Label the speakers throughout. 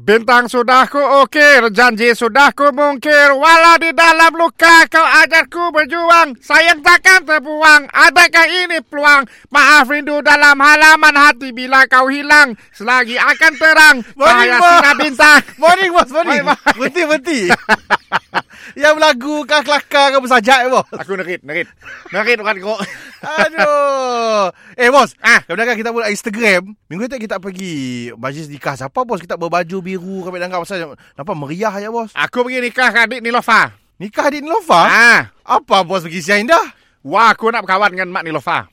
Speaker 1: Bintang sudah ku ukir, janji sudah ku mungkir. Walau di dalam luka kau ajarku berjuang. Sayang takkan terbuang, adakah ini peluang? Maaf rindu dalam halaman hati bila kau hilang. Selagi akan terang,
Speaker 2: Morning,
Speaker 1: cahaya
Speaker 2: Bos.
Speaker 1: sinar bintang.
Speaker 2: Morning bos, morning.
Speaker 1: Bye, bye.
Speaker 2: Berhenti, berhenti. Yang lagu kah kelakar kau bersajak bos.
Speaker 1: Aku nerit, nerit. Nerit bukan kau.
Speaker 2: Aduh. Eh bos,
Speaker 1: Ah.
Speaker 2: kadang-kadang kita buat Instagram, minggu tu kita pergi majlis nikah siapa bos, kita berbaju biru kami dengar pasal nampak meriah ya bos.
Speaker 1: Aku pergi nikah dengan adik Nilofa.
Speaker 2: Nikah di Nova?
Speaker 1: Ah.
Speaker 2: Apa bos pergi siang indah?
Speaker 1: Wah, aku nak berkawan dengan Mak Nilofa.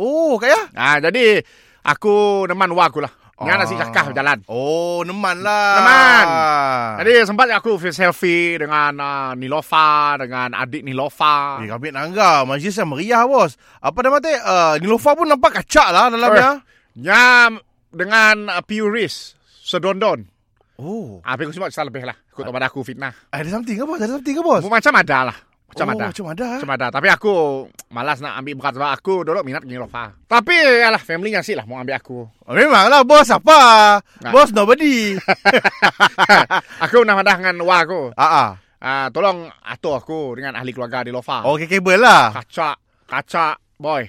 Speaker 2: Oh, kaya.
Speaker 1: Ah, jadi aku neman wah aku lah. Dengan nasi kakah berjalan.
Speaker 2: Oh, neman lah.
Speaker 1: Neman.
Speaker 2: Ah.
Speaker 1: Jadi sempat aku selfie dengan uh, Nilofa, dengan adik Nilofa.
Speaker 2: Eh, kami nangga majlis yang meriah bos. Apa nama tu? Uh, Nilofa pun nampak kacak lah dalamnya.
Speaker 1: Nyam dengan uh, Puris, Sedondon.
Speaker 2: Oh,
Speaker 1: Ah, aku sebab cerita lebih lah.
Speaker 2: Ah.
Speaker 1: Aku tak pada aku fitnah.
Speaker 2: ada something ke bos? Ada something ke bos?
Speaker 1: Aku macam ada lah. Macam
Speaker 2: oh,
Speaker 1: ada.
Speaker 2: Macam ada. eh?
Speaker 1: Macam ada. Tapi aku malas nak ambil berat sebab aku dulu minat dengan Nilofa. Tapi alah, family ngasih lah mau ambil aku.
Speaker 2: Oh, memanglah bos apa?
Speaker 1: Nah.
Speaker 2: Bos nobody.
Speaker 1: Ah, aku nak madah dengan Wah aku.
Speaker 2: Ah ah.
Speaker 1: Ah, tolong atur aku dengan ahli keluarga Nilofa.
Speaker 2: Okey kabel lah.
Speaker 1: Kacak, kacak, boy.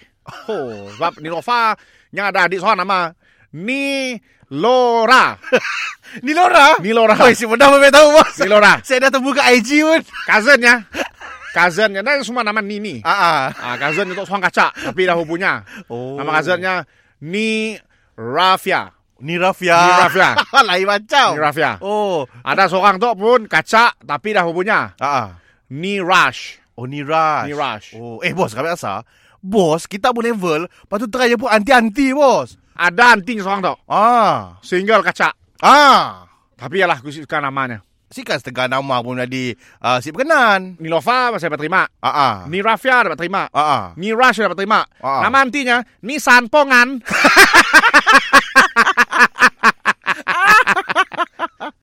Speaker 1: Oh, sebab Nilofa yang ada adik seorang nama Ni Lora.
Speaker 2: Ni Lora.
Speaker 1: Ni Lora.
Speaker 2: Oi, si mudah memang tahu bos.
Speaker 1: Ni Lora.
Speaker 2: Saya dah terbuka IG pun.
Speaker 1: Cousinnya. Cousinnya. Dan semua nama Nini.
Speaker 2: Ah ah.
Speaker 1: Ah, cousin untuk seorang kacak. Tapi dah punya.
Speaker 2: Oh.
Speaker 1: Nama cousinnya Ni Rafia.
Speaker 2: Ni Rafia.
Speaker 1: Ni Rafia.
Speaker 2: Lain macam.
Speaker 1: Ni Rafia.
Speaker 2: Oh.
Speaker 1: Ada seorang tu pun kacak. Tapi dah punya.
Speaker 2: Ah ah.
Speaker 1: Ni Rash.
Speaker 2: Oh ni Rush.
Speaker 1: Ni Rush.
Speaker 2: Oh, eh bos kami rasa bos kita pun level, lepas tu try je pun anti-anti bos.
Speaker 1: Ada anting seorang tu.
Speaker 2: Ah.
Speaker 1: Single kacak.
Speaker 2: Ah.
Speaker 1: Tapi ialah aku suka namanya.
Speaker 2: Sikan setengah nama pun jadi uh, si berkenan.
Speaker 1: Nilofa masih dapat terima.
Speaker 2: Ah ah.
Speaker 1: Ni Rafia dapat terima.
Speaker 2: Ah ah.
Speaker 1: Ni Rush dapat terima.
Speaker 2: Ah.
Speaker 1: Nama antinya Ni Sanpongan.